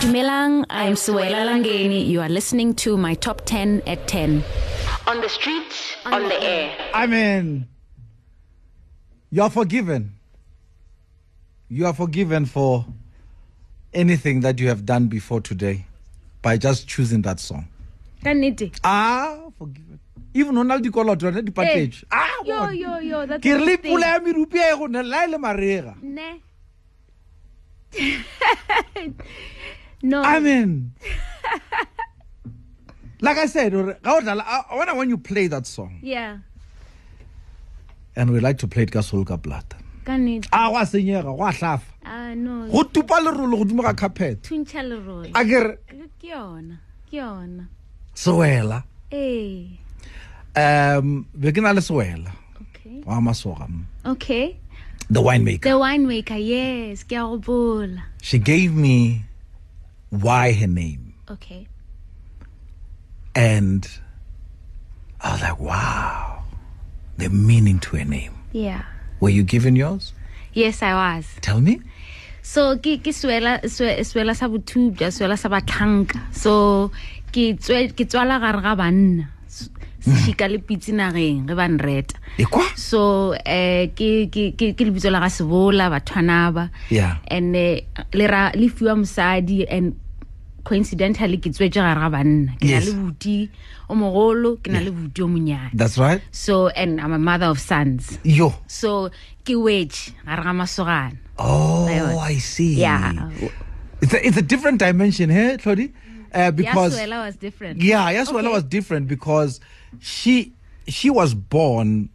Dumelang, I'm Suela Langeni. You are listening to my top 10 at 10. On the street, on the air. Amen. You are forgiven. You are forgiven for anything that you have done before today by just choosing that song. ka nnete Ah, forgiven. Even on the call out on the package. Ah, yo bona. yo yo that's ke re le the thing. pula ya merupi e go nela e le marega ne no amen like i said or- ga o dlala- I- I wonder when you play that song yeah and we like to play it ka solka plata ka nnete a go a senyega go a hlafa ah no go tupa lerolo godimo ga carpet thuntšha leroy a kere ke yona ke yona sewela ee um be ke na le sewela okay wa masoga mm. okay the winemaker the wine maker yes ke a go bola she gave me why her name okay and i was like wow the meaning to her name yeah were you given yours yes i was tell me so ke ke swela swe- swela sa bothubja swela sa batlhanka so ke tswe- ke tswala gare ga banna S- sešika le pitse nageng ge ba nreta e kwa so um ke ke- ke ke lebitso la ga sebola bathwana ba Yeah. and eh, le ra- le fiwa mosadi and coincidentally ke tswetse gare ga banna ke na Yes. le boti o mogolo ke na le boti o monyane that's right so and i'm a mother of sons yo so ke wetse gare ga masogana oh Ayo. i see yeah it's a, it's a different dimension here Claudie, uh, because Yasuela was different. yeah yaswela Okay. was different because she she was born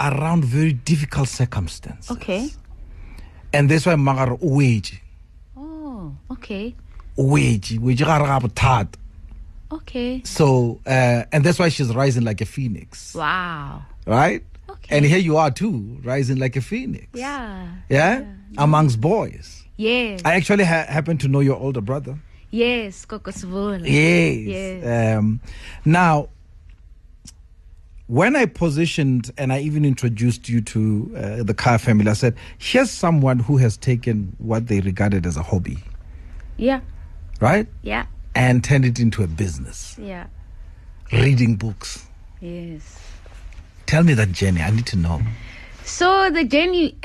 around very difficult circumstances Okay. and that's why magare o wetse Oh, okay. o wetse o wetse gare ga bothata Okay. so uh, and that's why she's rising like a phoenix Wow. right Okay. and here you are too rising like a phoenix Yeah. yeah, amongst boys Yes. i actually ha- happen to know your older brother yes, Kokosvola. Yes. Yes. Um, now, when I positioned and I even introduced you to uh, the Carr family, I said, here's someone who has taken what they regarded as a hobby, Yeah. right? Yeah. And turned it into a business, Yeah. reading books. Yes. Tell me that journey. I need to know. So the journey,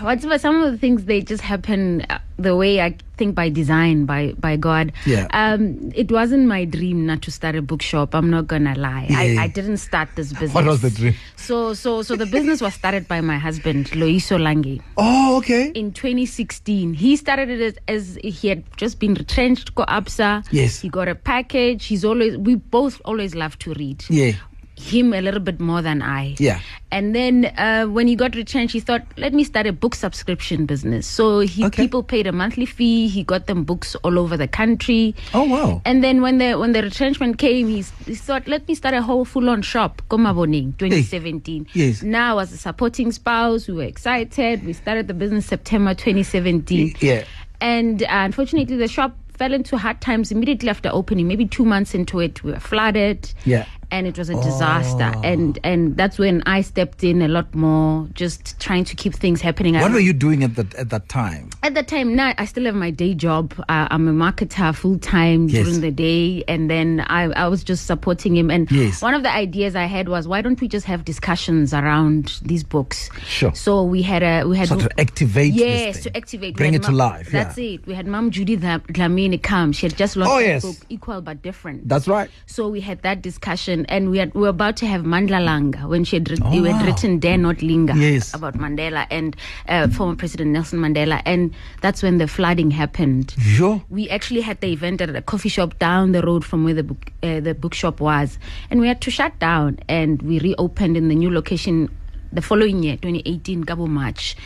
what's about some of the things they just happen uh, the way I think by design by by God. Yeah. Um, it wasn't my dream not to start a bookshop. I'm not gonna lie. Yeah. I, I didn't start this business. was the dream? So so so the business was started by my husband Loiso Lange. Oh, okay. in 2016. He started it as, as he had just been retrenched, go ABSA. Yes. He got a package. He's always, we both always love to read. Yeah. Him a little bit more than I. Yeah. And then uh, when he got retrenched, he thought, let me start a book subscription business. So he Okay. people paid a monthly fee. He got them books all over the country. Oh, wow. And then when the when the retrenchment came, he, s- he thought, let me start a whole full on shop, Komaboning, 2017. Yes. Now, as a supporting spouse, we were excited. We started the business September 2017. Yeah. And uh, unfortunately, the shop fell into hard times immediately after opening. Maybe two months into it, we were flooded. Yeah. And it was a Oh. disaster. And and that's when I stepped in a lot more, just trying to keep things happening. I What were you doing at that at that time? at that time now i still have my day job uh, i'm a marketer full-time Yes. during the day and then I, I was just supporting him and Yes. one of the ideas i had was why don't we just have discussions around these books Sure. so we had a we had So to activate this yes thing. to activate We Bring had it to Mom- life, yeah. that's it we had mom judy Dlam- dlamini come she had just launched Oh, her yes. book equal but different That's right. so we had that discussion, and we, had, we were about to have Mandla Langa when she had, writ- Oh, you had wow. written Dare Not Linger Yes. about Mandela and uh, former President Nelson Mandela. And that's when the flooding happened. Sure. We actually had the event at a coffee shop down the road from where the book, uh, the bookshop was, and we had to shut down. And we reopened in the new location the following year, 2018, Gabo March,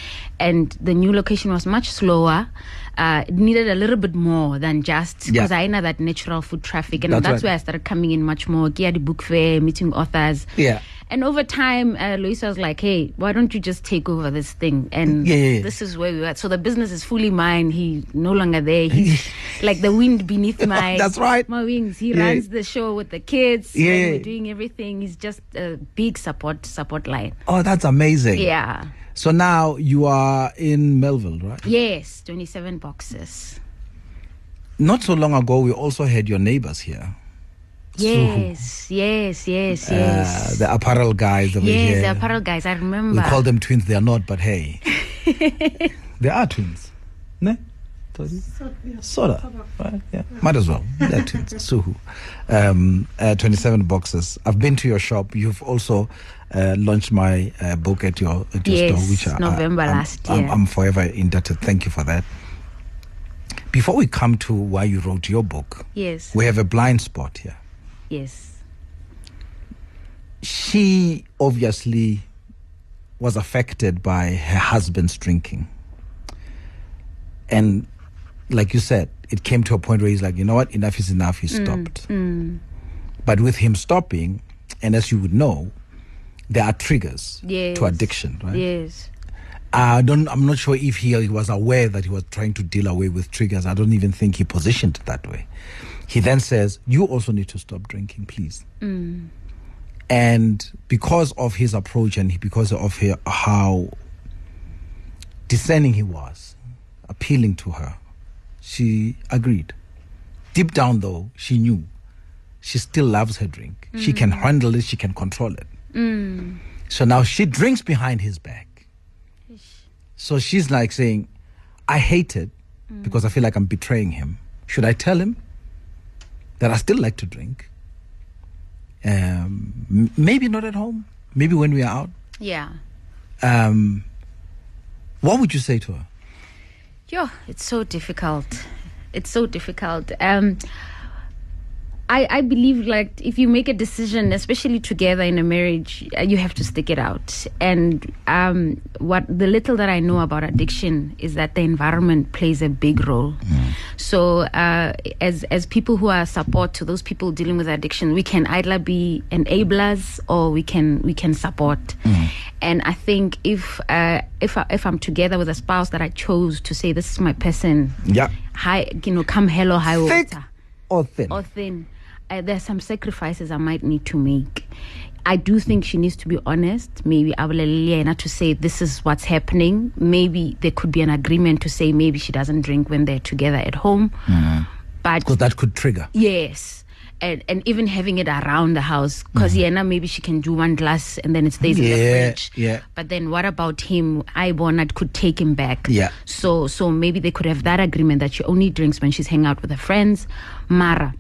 and the new location was much slower. Uh, it needed a little bit more than just because Yeah. I know that natural food traffic, and That's that's, right. where I started coming in much more. Gear the book fair, meeting authors. Yeah. And over time, uh, Luisa was like, "Hey, why don't you just take over this thing?" And Yeah, yeah, yeah. this this is where we were. So the business is fully mine. He no longer there. He's like the wind beneath my That's right. my wings. He Yeah. runs the show with the kids. when Yeah. we're doing everything. He's just a big support support line. Oh, that's amazing. Yeah. So now you are in Melville, right? Yes, twenty seven boxes. Not so long ago, we also had your neighbors here. Yes, yes, yes, yes. Uh, the apparel guys over yes, here. the apparel guys. I remember. We call them twins. They are not, but hey, they are twins. Ne? Soda. Right? Yeah. Might as well. They're twins. Suhu. Um, uh, 27 boxes. I've been to your shop. You've also uh, launched my uh, book at your, at your Yes, store, which I- November I, I'm- last I'm, year. I'm forever indebted. Thank you for that. Before we come to why you wrote your book, yes, we have a blind spot here. yes, she obviously was affected by her husband's drinking. And like you said, it came to a point where he's like, you know what, enough is enough. He stopped. But with him stopping, and as you would know, there are triggers yes. to addiction, right? Yes. I don't. I'm not sure if he, he was aware that he was trying to deal away with triggers. I don't even think he positioned it that way. He then says, "You also need to stop drinking, please." And because of his approach and because of her, how discerning he was, appealing to her, she agreed. Deep down, though, she knew she still loves her drink. She can handle it. She can control it. So now she drinks behind his back. So she's like saying, I hate it Mm. because I feel like I'm betraying him. Should I tell him that I still like to drink? Um, m- maybe not at home, maybe when we are out. Yeah. Um, what would you say to her? Yeah, it's so difficult. It's so difficult. Um, I I believe like if you make a decision, especially together in a marriage, uh, you have to stick it out. And um, what the little that I know about addiction is that the environment plays a big role. So uh, as as people who are support to those people dealing with addiction, we can either be enablers or we can we can support. Mm. And I think if uh, if I, if I'm together with a spouse that I chose to say this is my person, Yeah. hi you know come hell or high Thick water or thin? or thin. Uh, there are some sacrifices I might need to make. I do think she needs to be honest. Maybe Abulalilia not to say this is what's happening. Maybe there could be an agreement to say maybe she doesn't drink when they're together at home. But Because that Mm. could trigger. yes. And, and even having it around the house because yeah now maybe she can do one glass and then it stays in the Mm-hmm. Yeah, fridge yeah. but then what about him i bonnet could take him back Yeah. so so maybe they could have that agreement that she only drinks when she's hanging out with her friends mara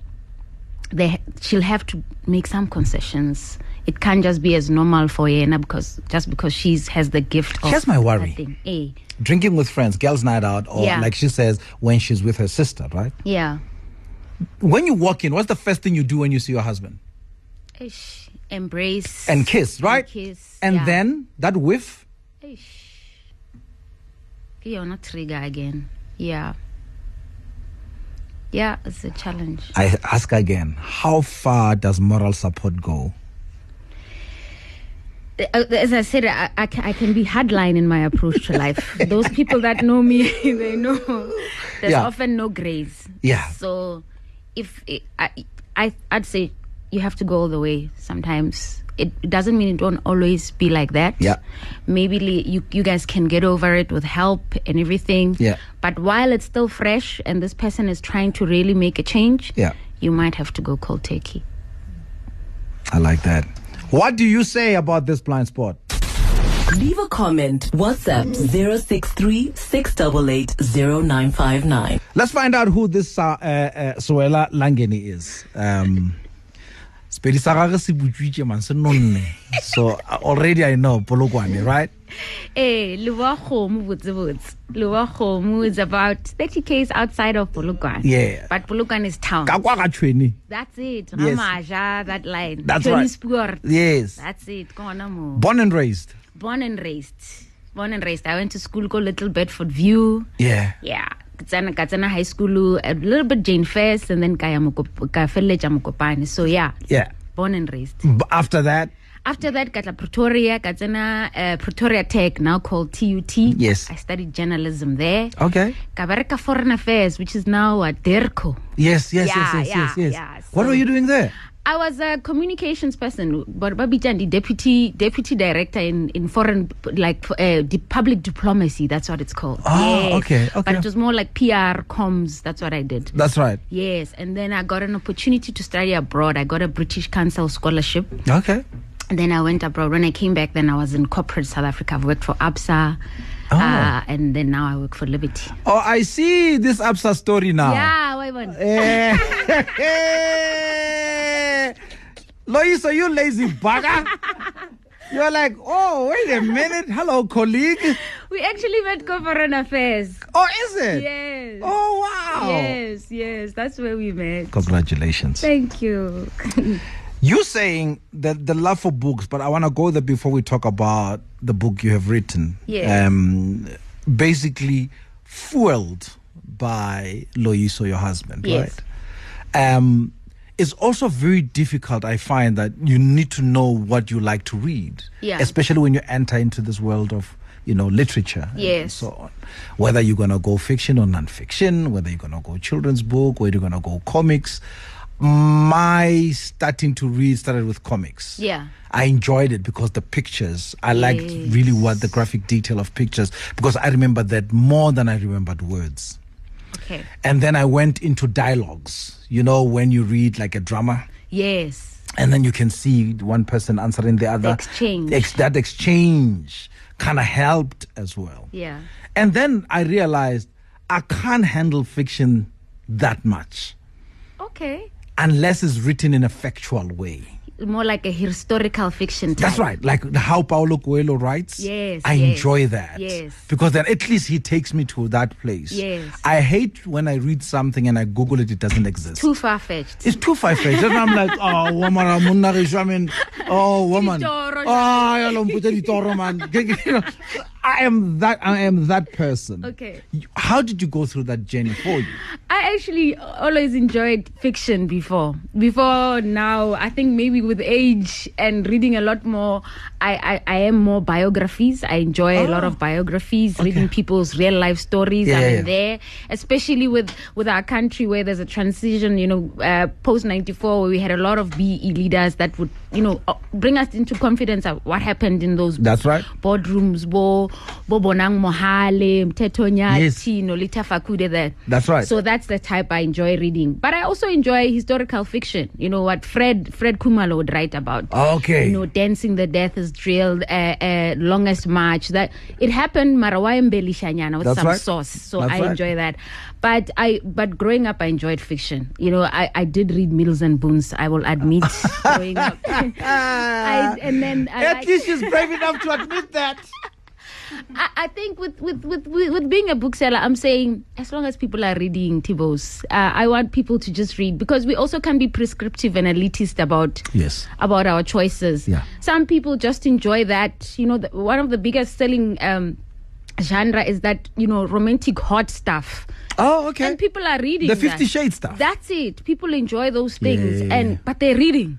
they she'll have to make some concessions. It can't just be as normal for Yena because just because she's has the gift. of Here's my worry. that thing. Eh, Drinking with friends, girls' night out, or Yeah. like she says, when she's with her sister, right? yeah. When you walk in, what's the first thing you do when you see your husband? Ish. Embrace And kiss, right? kiss, And yeah. then that whiff. Ish. You're not trigger again. Yeah. Yeah, it's a challenge. I ask again, how far does moral support go? Uh, As I said, I, I, ca- I can be hardline in my approach to life. Those people that know me, they know there's Yeah. often no grace. Yeah. So, if it, I, I, I'd say you have to go all the way sometimes. It doesn't mean it won't always be like that. Yeah. Maybe li- you you guys can get over it with help and everything. Yeah. But while it's still fresh and this person is trying to really make a change, Yeah. you might have to go cold turkey. I like that. What do you say about this blind spot? Leave a comment. WhatsApp 063 688 0959. Let's find out who this uh, uh, Suela Langeni is. Um, Sepedi sa gagwe se butswitse, man, se nonne. so uh, already I know Polokwane, right? Eh, Leboa Kgomo botsebotse. Leboa Kgomo is about 30 k's outside of Polokwane. Yeah. But Polokwane is town. Ka kwa ga tshweni. That's it. Yes. Ramaja, that line. That's Johnny right. Spoor. Yes. That's it. Go on, Amo. Born and raised. Born and raised. Born and raised. I went to school called Little Bedford View. Yeah. Yeah. Katsana, Katsana High School, a little bit Jane First, and then Kaya Mokop- Ka Feleja Mokopane. So, yeah. Yeah. Born and raised. B- after that, After that, Katla Pretoria, Katsana uh, Pretoria Tech, now called TUT. Yes. I studied journalism there. okay. Kabareka Foreign Affairs, which is now a DERCO. Yes, yes, Yeah, yes, yes, yeah, yes, yes. yeah. what So- were you doing there? I was a communications person, but Babijandi, deputy deputy director in, in foreign like uh, di- public diplomacy. That's what it's called. Ah, okay, okay. But it was more like PR comms. That's what I did. That's right. Yes, and then I got an opportunity to study abroad. I got a British Council scholarship. Okay. And then I went abroad. When I came back, then I was in corporate South Africa. I've worked for ABSA, Ah. uh, and then now I work for Liberty. Oh, I see this Absa story now. Yeah, why one? Eh. Loisa, you lazy bugger. You're like, oh, wait a minute. Hello, colleague. We actually met for foreign affairs. Oh, is it? Yes. Oh, wow. Yes, yes, that's where we met. Congratulations. Thank you. You saying that the love for books, but I want to go there before we talk about the book you have written. Yes. Um, basically fueled by Loiso, your husband, Yes. right? Um, it's also very difficult. I find that you need to know what you like to read, Yeah. especially when you enter into this world of you know literature and Yes. so on. Whether you're gonna go fiction or non-fiction, whether you're gonna go children's book, whether you're gonna go comics. My starting to read started with comics. Yeah. I enjoyed it because the pictures. I liked really what the graphic detail of pictures because I remember that more than I remembered words. Okay. And then I went into dialogues. You know, when you read like a drama Yes. and then you can see one person answering the other. exchange. Ex- that exchange kind of helped as well. Yeah. And then I realized I can't handle fiction that much Okay. unless it's written in a factual way. More like a historical fiction type. That's right. Like how Paulo Coelho writes. Yes, I yes, enjoy that. yes. Because then at least he takes me to that place. Yes. I hate when I read something and I Google it, it doesn't exist. Too far fetched. It's too far fetched. And I'm like, oh, woman, I'm not rich. I mean, oh, woman. Ditoro. Ah, I don't put any toro, man. I am that. I am that person. Okay. How did you go through that journey for you? I actually always enjoyed fiction before. Before now, I think maybe with age and reading a lot more, I, I, I am more biographies. I enjoy a lot of biographies, reading people's real life stories. Oh. Yeah, I'm yeah, yeah. there, especially with, with our country where there's a transition, you know, uh, post 94, where we had a lot of BE leaders that would, you know, uh, bring us into confidence of what happened in those That's right. boardrooms. Bo, bo Bonang Mohale, Mteto Yes. Nyati, Nolita Fakude there. That's right. So that's the type I enjoy reading. But I also enjoy historical fiction. You know what Fred Fred Kumalo would write about. Ah, Okay. You know, dancing the death is drilled, uh, uh, longest march. That it happened Marawai Mbelishanyana with That's some right. sauce. So That's I right. enjoy that. But I but growing up I enjoyed fiction. You know, I, I did read Mills and Boons, I will admit growing up. I, and then I At like- least she's brave enough to admit that. I, I think with, with, with, with, with being a bookseller, I'm saying as long as people are reading Tibos, uh, I want people to just read because we also can be prescriptive and elitist about Yes. about our choices. Yeah. Some people just enjoy that. You know, the, one of the biggest selling um, genre is that you know romantic hot stuff, Oh, okay. and people are reading the that. Fifty Shades stuff. That's it. People enjoy those things, Yeah. and but they're reading,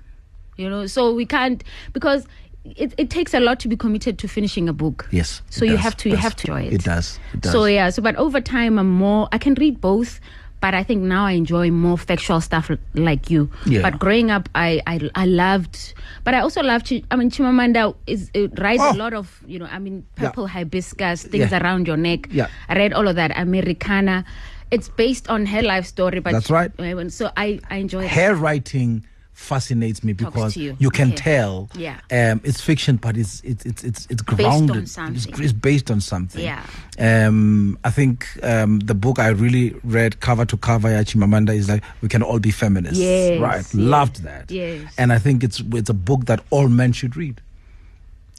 you know. So we can't because it, it takes a lot to be committed to finishing a book. Yes, So it you does, have to it you does. have to enjoy it. It does, it does. So yeah. So but over time, I'm more. I can read both. But I think now I enjoy more factual stuff l- like you. Yeah. But growing up, I, I I loved, but I also loved. Chi- I mean, Chimamanda is it writes Oh. a lot of you know. I mean, Yeah. purple hibiscus things Yeah. around your neck. Yeah. I read all of that. Americana, it's based on her life story. But That's right. uh, when- So I, I enjoy it. Hair writing fascinates me because to you. can Okay. tell Yeah. um, it's fiction but it's it's it's it's, it's on grounded It's, something. it's based on something Yeah. um i think um the book i really read cover to cover ya chimamanda is like we can all be feminists Yes, right yes, loved that yes. and i think it's it's a book that all men should read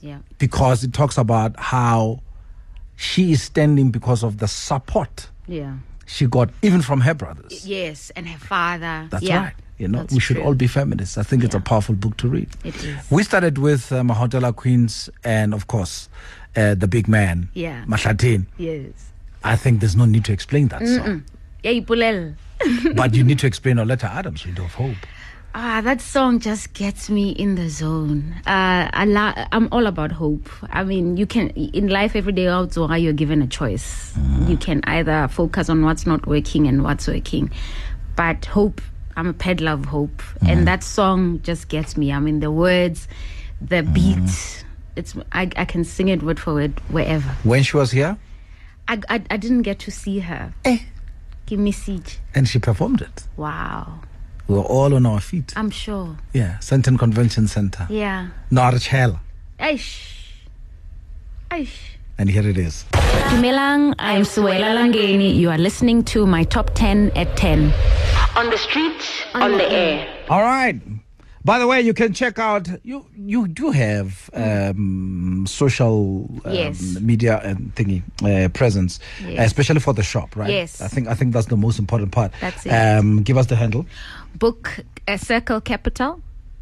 Yeah. because it talks about how she is standing because of the support Yeah. she got even from her brothers Yes. And her father. that's yeah. right. You know, That's we should true. all be feminists. I think it's a powerful book to read. It is. We started with uh, Mahotela Queens and, of course, uh, the big man, Yeah. Mahlatin. Yes. I think there's no need to explain that song. Yeah, Ipulel. but you need to explain Oleta Adams, Window of Hope. Ah, that song just gets me in the zone. Uh, I la- I'm all about hope. I mean, you can in life every day out so you're given a choice. You can either focus on what's not working and what's working, but hope. I'm a peddler of hope, and that song just gets me. I mean, the words, the beat. It's I, I can sing it word for word wherever. When she was here I, I, I didn't get to see her. Give me siege. and she performed it, Wow. we were all on our feet. I'm sure. Yeah, Senton Convention Center, Yeah. Norwich Hill. Aish. Aish. And here it is. Dumelang, I'm Suela Langeni. You are listening to my top 10 at 10. On the streets, on, the air. All right. By the way, you can check out you you do have um, social um, Mm. Yes. media and thingy uh, presence, Yes. especially for the shop, right? Yes. I think I think that's the most important part. That's it. Um, give us the handle. book uh, circle capital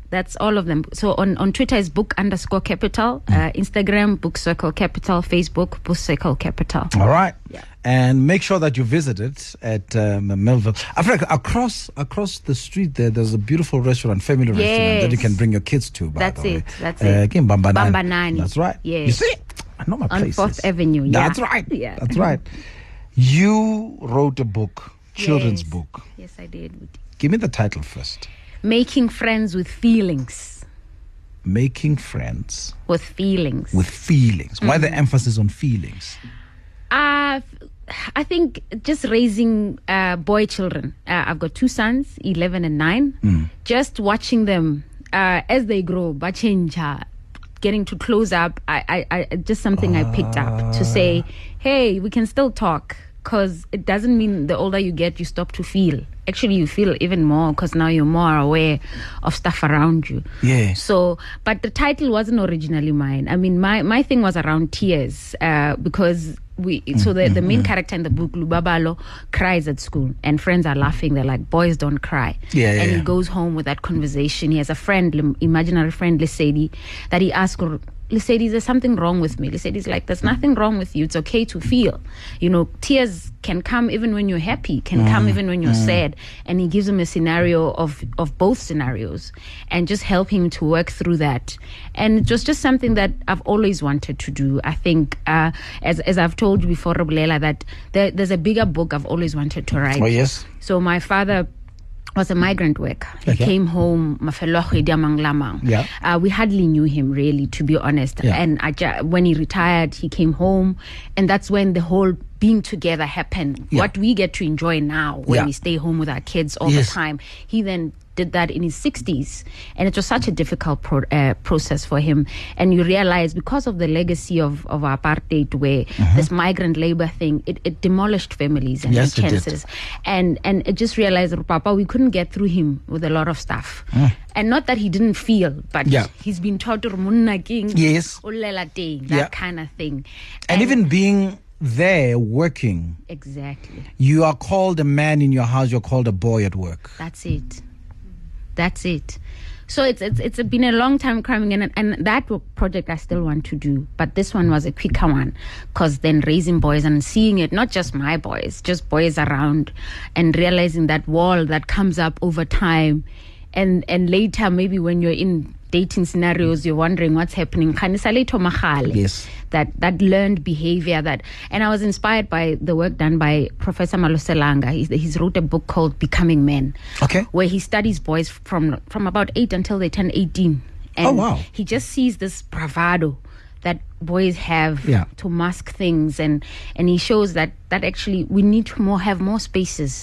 that's all of them so on, on twitter is book underscore capital Hmm. uh, instagram book circle capital facebook book circle capital Uh, All right. And make sure that you visit it at um, Melville. Africa, across across the street there, there's a beautiful restaurant, family restaurant that you Yes. can bring your kids to. By That's the way. it, that's uh, it. Again, Bambanani. Bambanani. That's right. You Yes. see, I know my On places. Fourth Avenue, yeah. That's right. Yeah. That's right. You wrote a book, children's Yes. book. yes i did Give me the title first. making friends with feelings Making friends with feelings with feelings. Why Mm. the emphasis on feelings? Uh, I think just raising uh, boy children. Uh, I've got two sons, 11 and 9. Just watching them uh, as they grow, bachenja, getting to close up. I, I, I Just something I picked up to say, hey, we can still talk. Because it doesn't mean the older you get, you stop to feel. Actually, you feel even more because now you're more aware of stuff around you. Yeah. So, but the title wasn't originally mine. I mean, my, my thing was around tears uh, because we. So the, the Mm-hmm. main character in the book, Lubabalo, cries at school, and friends are laughing. They're like, "Boys don't cry." Yeah, yeah, And he yeah. goes home with that conversation. He has a friend, lim- imaginary friend, Lesedi, that he asks. "Or- Lesedi, there's something wrong with me. Lesedi's like, there's nothing wrong with you. It's okay to feel. You know, tears can come even when you're happy, can come even when you're sad. And he gives him a scenario of, of both scenarios and just help him to work through that. And it was just something that I've always wanted to do. I think, uh, as, as I've told you before, Robulela, that there, there's a bigger book I've always wanted to write. Oh, yes. So my father was a migrant worker. He Okay. came home, mafelo kgwedi a mang le a mang. Yeah. Uh, we hardly knew him really, to be honest. Yeah. And I ju- when he retired, he came home, and that's when the whole being together happened. Yeah. What we get to enjoy now when Yeah. we stay home with our kids all Yes. the time. He then did that in his 60s, and it was such a difficult pro- uh, process for him. And you realize because of the legacy of, of apartheid, where this migrant labor thing, it, it demolished families and Mm-hmm. Yes, it did. chances and and I just realized that papa we couldn't get through him with a lot of stuff and not that he didn't feel but Ah. Yeah. he's been taught to munna king Yes. ulela day that Yeah. kind of thing and even being there working, exactly you are called a man in your house. You're called a boy at work. that's it that's it so it's it's it's been a long time coming and and that wo- project I still want to do but this one was a quicker one cuz then raising boys and seeing it not just my boys just boys around and realizing that wall that comes up over time and and later maybe when you're in dating scenarios you're wondering what's happening khanisaletho magale Yes. that that learned behavior that and i was inspired by the work done by professor maloselanga he's, he's wrote a book called becoming men Okay. where he studies boys from from about 8 until they turn 18 and Oh, wow. he just sees this bravado that boys have Yeah. to mask things and and he shows that that actually we need to more have more spaces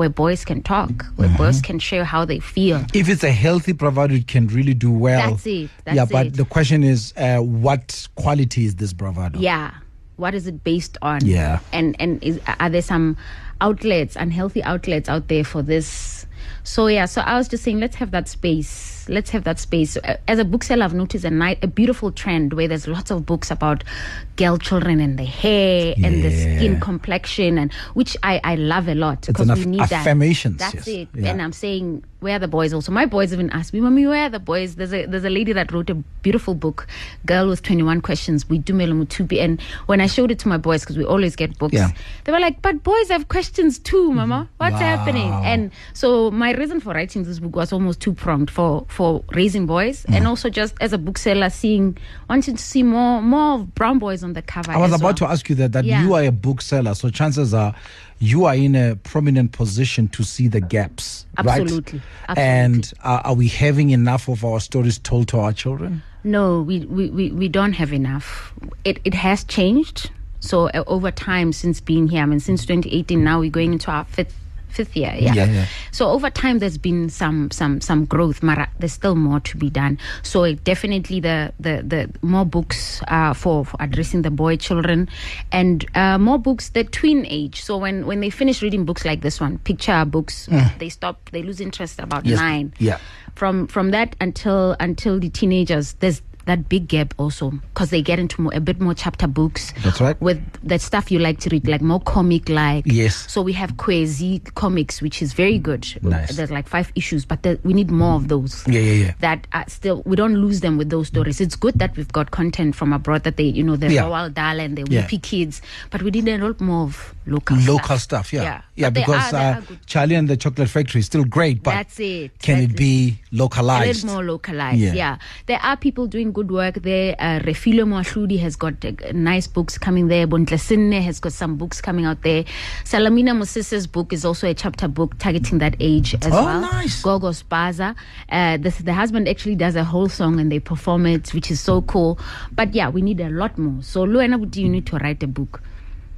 where boys can talk where Mm-hmm. boys can share how they feel If it's a healthy bravado, it can really do well. That's it, that's yeah, but it. the question is, uh, what quality is this bravado? Yeah. What is it based on? Yeah. And and is, are there some outlets, unhealthy outlets out there for this? So yeah, so I was just saying, let's have that space. Let's have that space. Uh, As a bookseller, I've noticed a night, a beautiful trend where there's lots of books about girl children and the hair and the Yeah. skin complexion, and which I I love a lot because an we aff- need that. affirmations, That's yes. it. Yeah. And I'm saying, where are the boys? Also, my boys even asked me, "Mommy, where are the boys?" There's a there's a lady that wrote a beautiful book, "Girl with 21 Questions." We do Mutubi, and when I showed it to my boys, because we always get books, Yeah. they were like, "But boys have questions too, Mama. What's Wow. happening?" And so my reason for writing this book was almost two pronged for for raising boys, and also just as a bookseller, seeing wanting to see more more brown boys on the cover. I was as about well. to ask you that that Yeah. you are a bookseller, so chances are you are in a prominent position to see the gaps, Absolutely, right? absolutely. And are, are we having enough of our stories told to our children? No, we, we, we, we don't have enough. It, it has changed. So uh, over time, since being here, I mean, since 2018, now we're going into our fifth fifth year. Yeah. Yeah, yeah. So over time, there's been some some some growth. Mara, there's still more to be done. So it definitely the the the more books uh, for for addressing the boy children, and uh, more books the tween age. So when when they finish reading books like this one, picture books, they stop. They lose interest about Mm. Yes. nine Yeah. from from that until until the teenagers there's that big gap also because they get into more, a bit more chapter books That's right. with the stuff you like to read like more comic like Yes. so we have quasi comics which is very good Nice. there's like five issues but there, we need more of those Yeah, yeah, yeah. that are still we don't lose them with those stories it's good that we've got content from abroad that they you know the Yeah. Roald Dahl and the Yeah. Weepy Kids but we need a lot more of local Local stuff, yeah. yeah, But there because are- there are uh, good Charlie and the Chocolate Factory is still great, but That's it, can that's it be a localized? little more localized. Yeah. Yeah. there are people doing good work there. Uh, Refilo Mwashudi has got uh, nice books coming there. Bontlesinne has got some books coming out there. Salamina Musise's book is also a chapter book targeting that age as Oh, well. nice. Gogo Spaza. Uh, this, the husband actually does a whole song and they perform it, which is so cool. But yeah, we need a lot more. So Luena, Buti, you need to write a book.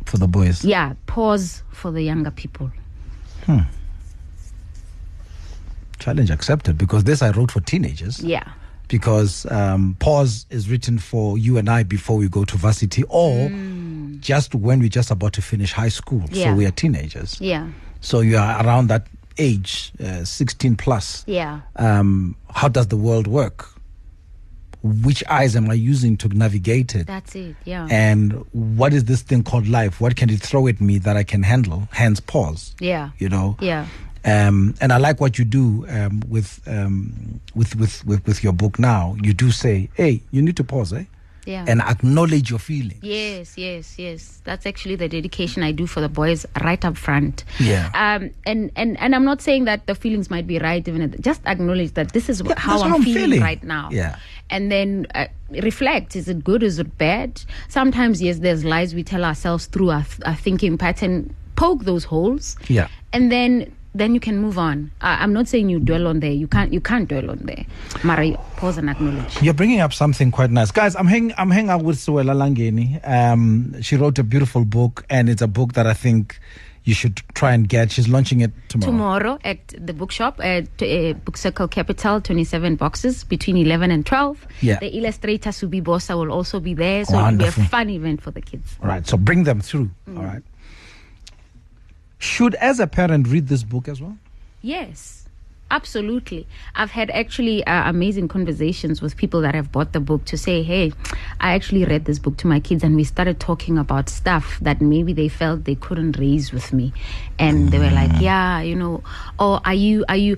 for the boys. Yeah, pause for the younger people. Challenge accepted because this I wrote for teenagers. Yeah. because um, pause is written for you and I before we go to varsity or just when we're just about to finish high school. Hmm. Yeah. So we are teenagers. Yeah. So you are around that age, uh, 16 plus. Yeah. Um, how does the world work? Which eyes am I using to navigate it? That's it. Yeah. and what is this thing called life? What can it throw at me that I can handle? Hence, pause. Yeah. You know. Yeah. Um, and I like what you do um, with, um, with with with with your book. Now you do say, "Hey, you need to pause, eh?" Yeah. And acknowledge your feelings. Yes, yes, yes. That's actually the dedication I do for the boys right up front. Yeah. Um. And and and I'm not saying that the feelings might be right, even at- just acknowledge that this is Yeah, how that's I'm, what I'm feeling, feeling. right now. Yeah. And then uh, reflect: is it good? Is it bad? Sometimes, yes, there's lies we tell ourselves through our, th- our thinking pattern. Poke those holes. Yeah. And then. Then you can move on. I I'm not saying you dwell on there. You can't. You can't dwell on there. Mara, pause and acknowledge. You're bringing up something quite nice, guys. I'm hanging. I'm hanging out with Suela Langeni. Um, she wrote a beautiful book, and it's a book that I think you should try and get. She's launching it tomorrow. tomorrow at the bookshop at uh, Book Circle Capital, 27 boxes between 11 and 12. Yeah. The illustrator Subi Bosa will also be there, so it'll Wonderful. be a fun event for the kids. All right. So bring them through. All right. Should as a parent read this book as well? Yes. Absolutely. I've had actually uh, amazing conversations with people that have bought the book to say, hey, I actually read this book to my kids, and we started talking about stuff that maybe they felt they couldn't raise with me. And they were like, yeah, you know, or are you, are you,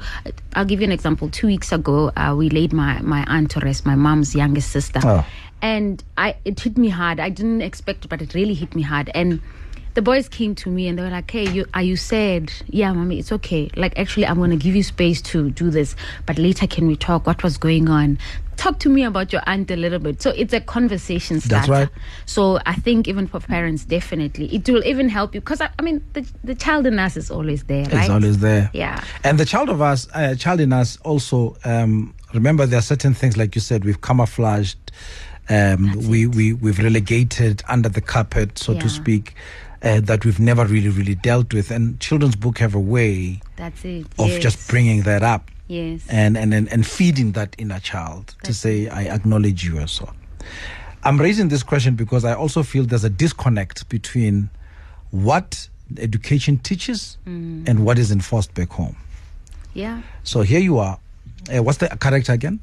I'll give you an example. Two weeks ago, uh, we laid my, my aunt to rest, my mom's youngest sister. Oh. And I it hit me hard. I didn't expect it, but it really hit me hard. And the boys came to me and they were like, "Hey, you, are you sad? Yeah, mommy, it's okay. Like, actually, I'm gonna give you space to do this, but later can we talk? What was going on? Talk to me about your aunt a little bit. So it's a conversation starter. That's right. So I think even for parents, definitely it will even help you because I, I mean the the child in us is always there, right? It's always there. Yeah. And the child of us, uh, child in us, also um, remember there are certain things like you said we've camouflaged, um, we we we've relegated under the carpet, so Yeah. to speak, uh, that we've never really really dealt with. And children's book have a way That's it. of yes. just Eh. bringing that up. Yes. And and and, and feeding that inner child to say I acknowledge you as well. I'm raising this question because I also feel there's a disconnect between what education teaches and what is enforced back home. yeah. So here you are. Uh, what's the character again?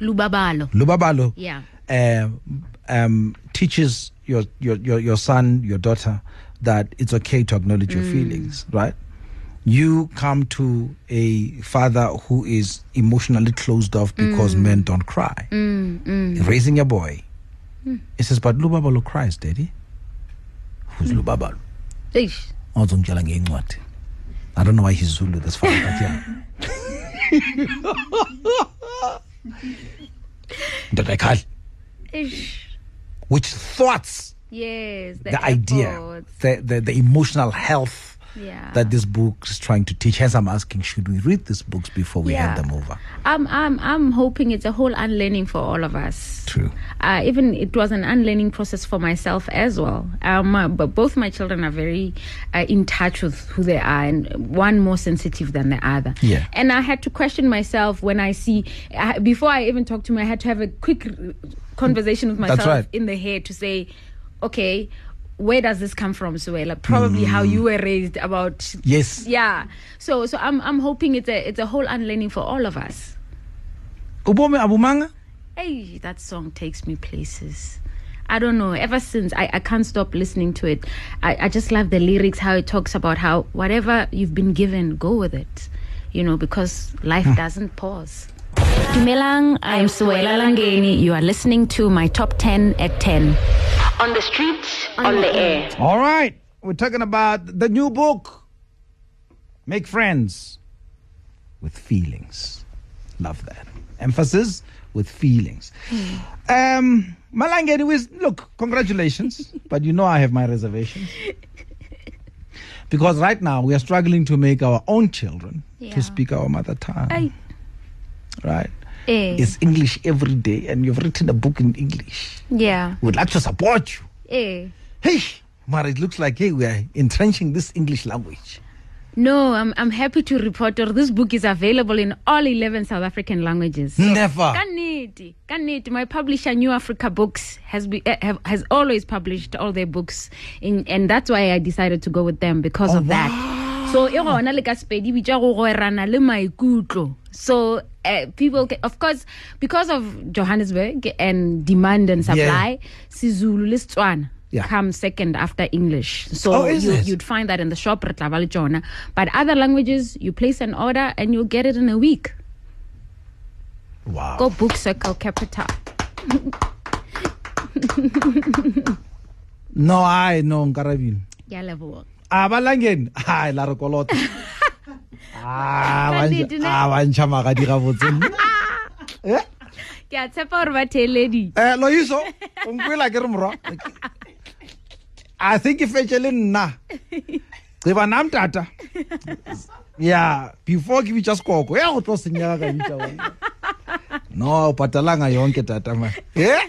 Lubabalo. Lubabalo. Yeah. Um, um, teaches your, your your your son, your daughter, that it's okay to acknowledge your feelings, right? You come to a father who is emotionally closed off because men don't cry. Raising a boy, he says, "But Lubabalo cries, Daddy." Who's Lubabalo? Eish. ozongitshela ngencwadi i don't know why he's zulu this far but yeah ndoda ikhali Eish. which thwarts Yes, the, the idea airports. the, the, the emotional health Yeah. that this book is trying to teach. Hence, I'm asking, should we read these books before we Yeah. hand them over? I'm, I'm, I'm hoping it's a whole unlearning for all of us. True. Uh, even it was an unlearning process for myself as well. Um, uh, but both my children are very uh, in touch with who they are, and one more sensitive than the other. Yeah. And I had to question myself when I see, I, before I even talk to me, I had to have a quick r- conversation with myself right. in the head to say, okay. Where does this come from, Suela? Probably Mm. how you were raised about Yes. yeah. So so I'm I'm hoping it's a it's a whole unlearning for all of us. Ubome Abumanga? Hey, that song takes me places. I don't know. Ever since I, I can't stop listening to it. I, I just love the lyrics, how it talks about how whatever you've been given, go with it. You know, because life doesn't pause. Dumelang, I'm Suela Langeni. You are listening to my top 10 at 10. On the streets, on the air. All right. We're talking about the new book Make Friends with Feelings. Love that. Emphasis with feelings. Hmm. Um, Malangeni, is, look, congratulations, but you know I have my reservations. Because right now we are struggling to make our own children Yeah. to speak our mother tongue. Aye. Right? Eh. It's English every day, and you've written a book in English. Yeah. We'd like to support you. Eh. Hey, Mara, it looks like hey, we are entrenching this English language. No, I'm I'm happy to report or this book is available in all eleven South African languages. Never. Kannete, kannete. My publisher, New Africa Books, has be, eh, have, has always published all their books, in, and that's why I decided to go with them because of Oh, that. So e gona le ka Sepedi bitsa go goerana le maikutlo. So uh, people, ca- of course, because of Johannesburg and demand and supply, Sizulu le Setswana Yeah. come second after English. So Oh, is you, it? you'd find that in the shop, re tla ba le tsona. but other languages, you place an order and you'll get it in a week Wow. go book circle capital No, I Ah, no Nkarabin. yeah level Abalangen. Hi, Laro Kolot. Ah, Candid, bantjha- ne? ah, bantjha magadi gabotse. ke a tshepa gore batheeledi Eh, Loiso, o nkwela ke re morwa. I think if le nna. Ceba nam tata. Yeah, before ke bitsa skoko. Ya go tlo senyega ka bitsa wena. No, patalanga yonke tata man. Eh?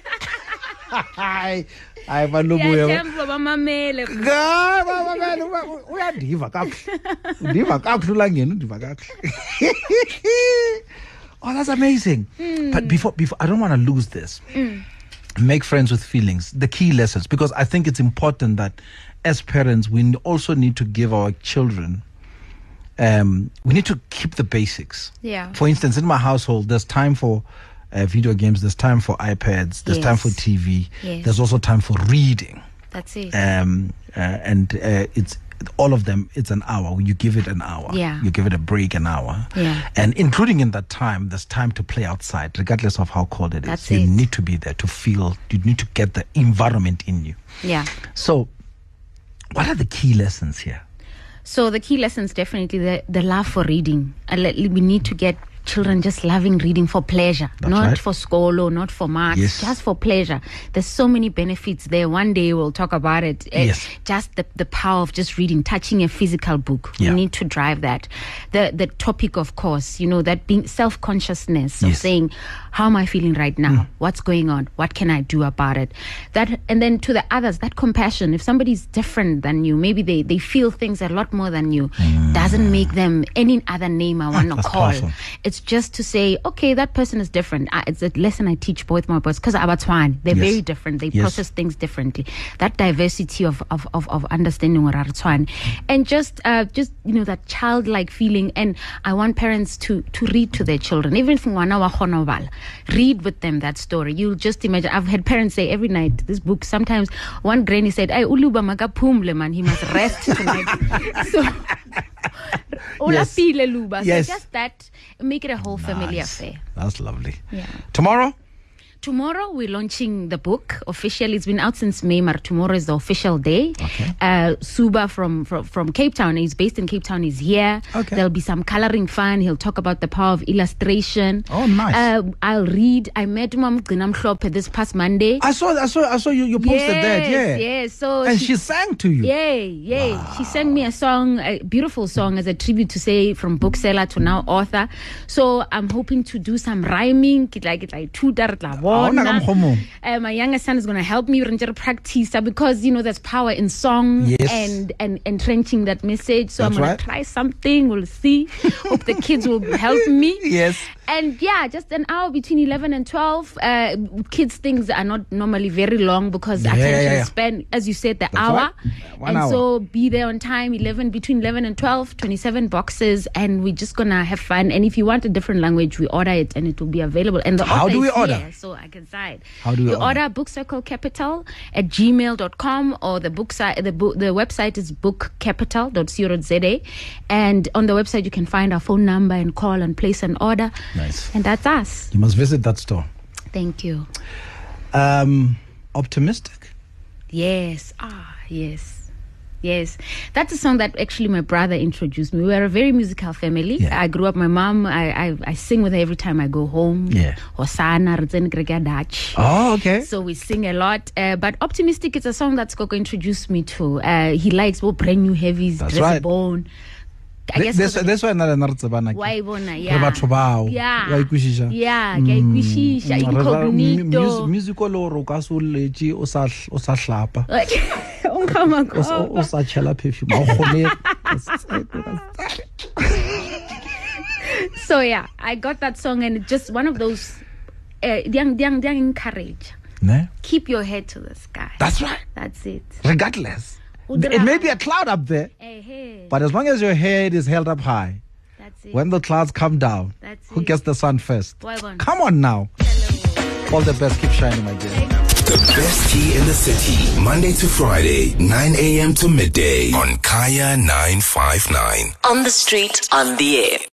Ai, ai malubuya. atemba ba mamele Ga, ba- ba- ba- ba- ba- uyandiva kakuhle undiva kakuhle ulangeni undiva kakuhle oh that's amazing Hmm. but before before i don't want to lose this make friends with feelings the key lessons because i think it's important that as parents we also need to give our children um, we need to keep the basics Yeah. for instance in my household there's time for uh, video games there's time for ipads there's time for Yes. tv Yes. there's also time for reading that's it um, uh, and uh, it's all of them. It's an hour. You give it an hour. Yeah. You give it a break an hour. Yeah. And including in that time, there's time to play outside, regardless of how cold it is. That's you it. need to be there to feel. You need to get the environment in you. yeah So, what are the key lessons here? so the key lessons definitely the, the love for reading And let- we need to get children just loving reading for pleasure That's not right. for scolo not for marks Yes. just for pleasure there's so many benefits there one day we'll talk about it Eh, Yes. just the, the power of just reading touching a physical book Yeah. we need to drive that the the topic of course you know that being self-consciousness of Yes. Mm. saying how am i feeling right now what's going on what can i do about it that and then to the others that compassion if somebody's different than you maybe they they feel things a lot more than you doesn't make them any other name i want to Mm. That's call powerful. it's just to say okay that person is different I, it's a lesson i teach both my boys because abatwan they're Yes. very different they Yes. process things differently that diversity of of, of, of understanding what are tshwane and just uh, just you know that childlike feeling and i want parents to to read to their children even if ngwana wa kgona ho bala, read with them that story you'll just imagine i've had parents say every night this book sometimes one granny said "Ay, uluba makaphumle man he must rest tonight so ulapile luba Yes. so just that make it a whole family affair That's lovely. Yeah. Tomorrow, Tomorrow we're launching the book officially. It's been out since May, but tomorrow is the official day. Okay. Uh, Suba from, from from Cape Town, he's based in Cape Town, is here. Okay. There'll be some coloring fun. He'll talk about the power of illustration. Oh, nice. Uh, I'll read. I met Mom Gnamshlope this past Monday. I saw, I saw, I saw you. You posted that, yeah. Yes, yes. So and she- she, sang to you. Yay, yay. She sent me a song, a beautiful song as a tribute to say from bookseller to now author. So I'm hoping to do some rhyming. Ke tla- ke tla ithuta, re tla ona Ah, ka bona. mokgomong. Uh, My younger son is going to help me re ntse re practice uh, because, you know, there's power in song Yes. and, and entrenching that message. So That's I'm going right. to try something. We'll see. Hope the kids will help me. Yes. And yeah, just an hour between 11 and 12. Uh, kids' things are not normally very long because Yeah, yeah, attention yeah, yeah. span, as you said, the That's hour. right. One and hour. so be there on time, 11, between 11 and 12, 27 boxes, and we're just going to have fun. And if you want a different language, we order it and it will be available. And the How author do we is order? Here, so I can sign. How do we you order? order bookcirclecapital at gmail.com or the book si- the, bo- the website is bookcapital.co.za. And on the website, you can find our phone number and call and place an order. Nice. And that's us. You must visit that store. Thank you. Um, optimistic. Yes. Ah, yes. Yes. That's a song that actually my brother introduced me. We were a very musical family. Yeah. I grew up, my mom, I, I, I sing with her every time I go home. Yeah. Hosanna, Ritzen Gregor Dutch. Oh, okay. So we sing a lot, uh, but optimistic is a song that Skoko introduced me to. Uh, he likes well, brand new heavies, That's dress right. bone. I Th- guess that's, 'cause that's why nna rena re tsebana ke. wa e bona, Re yeah. batho bao, Yeah. ra ikwešiša. Yeah, ka Mm, ikwešiša, mm, re ra- mu- incognito. mus- music o le gore o ka se o letse o sa hl- o sa hlapa O nkga o sa- makoa. o sa tšhela perfume ga o kgone so yeah, I got that song and it's just one of those uh, young, young, young encourage. Ne? Keep your head to the sky. that's right That's it. regardless O it may dira- be a cloud up there Eh, hey, but as long as your head is held up high that's it. when the clouds come down That's who it. gets the sun first Why won't? come on now all the best keep shining my dear The best tea in the city. Monday to Friday, 9 a.m. to midday on Kaya 959. On the street, on the air.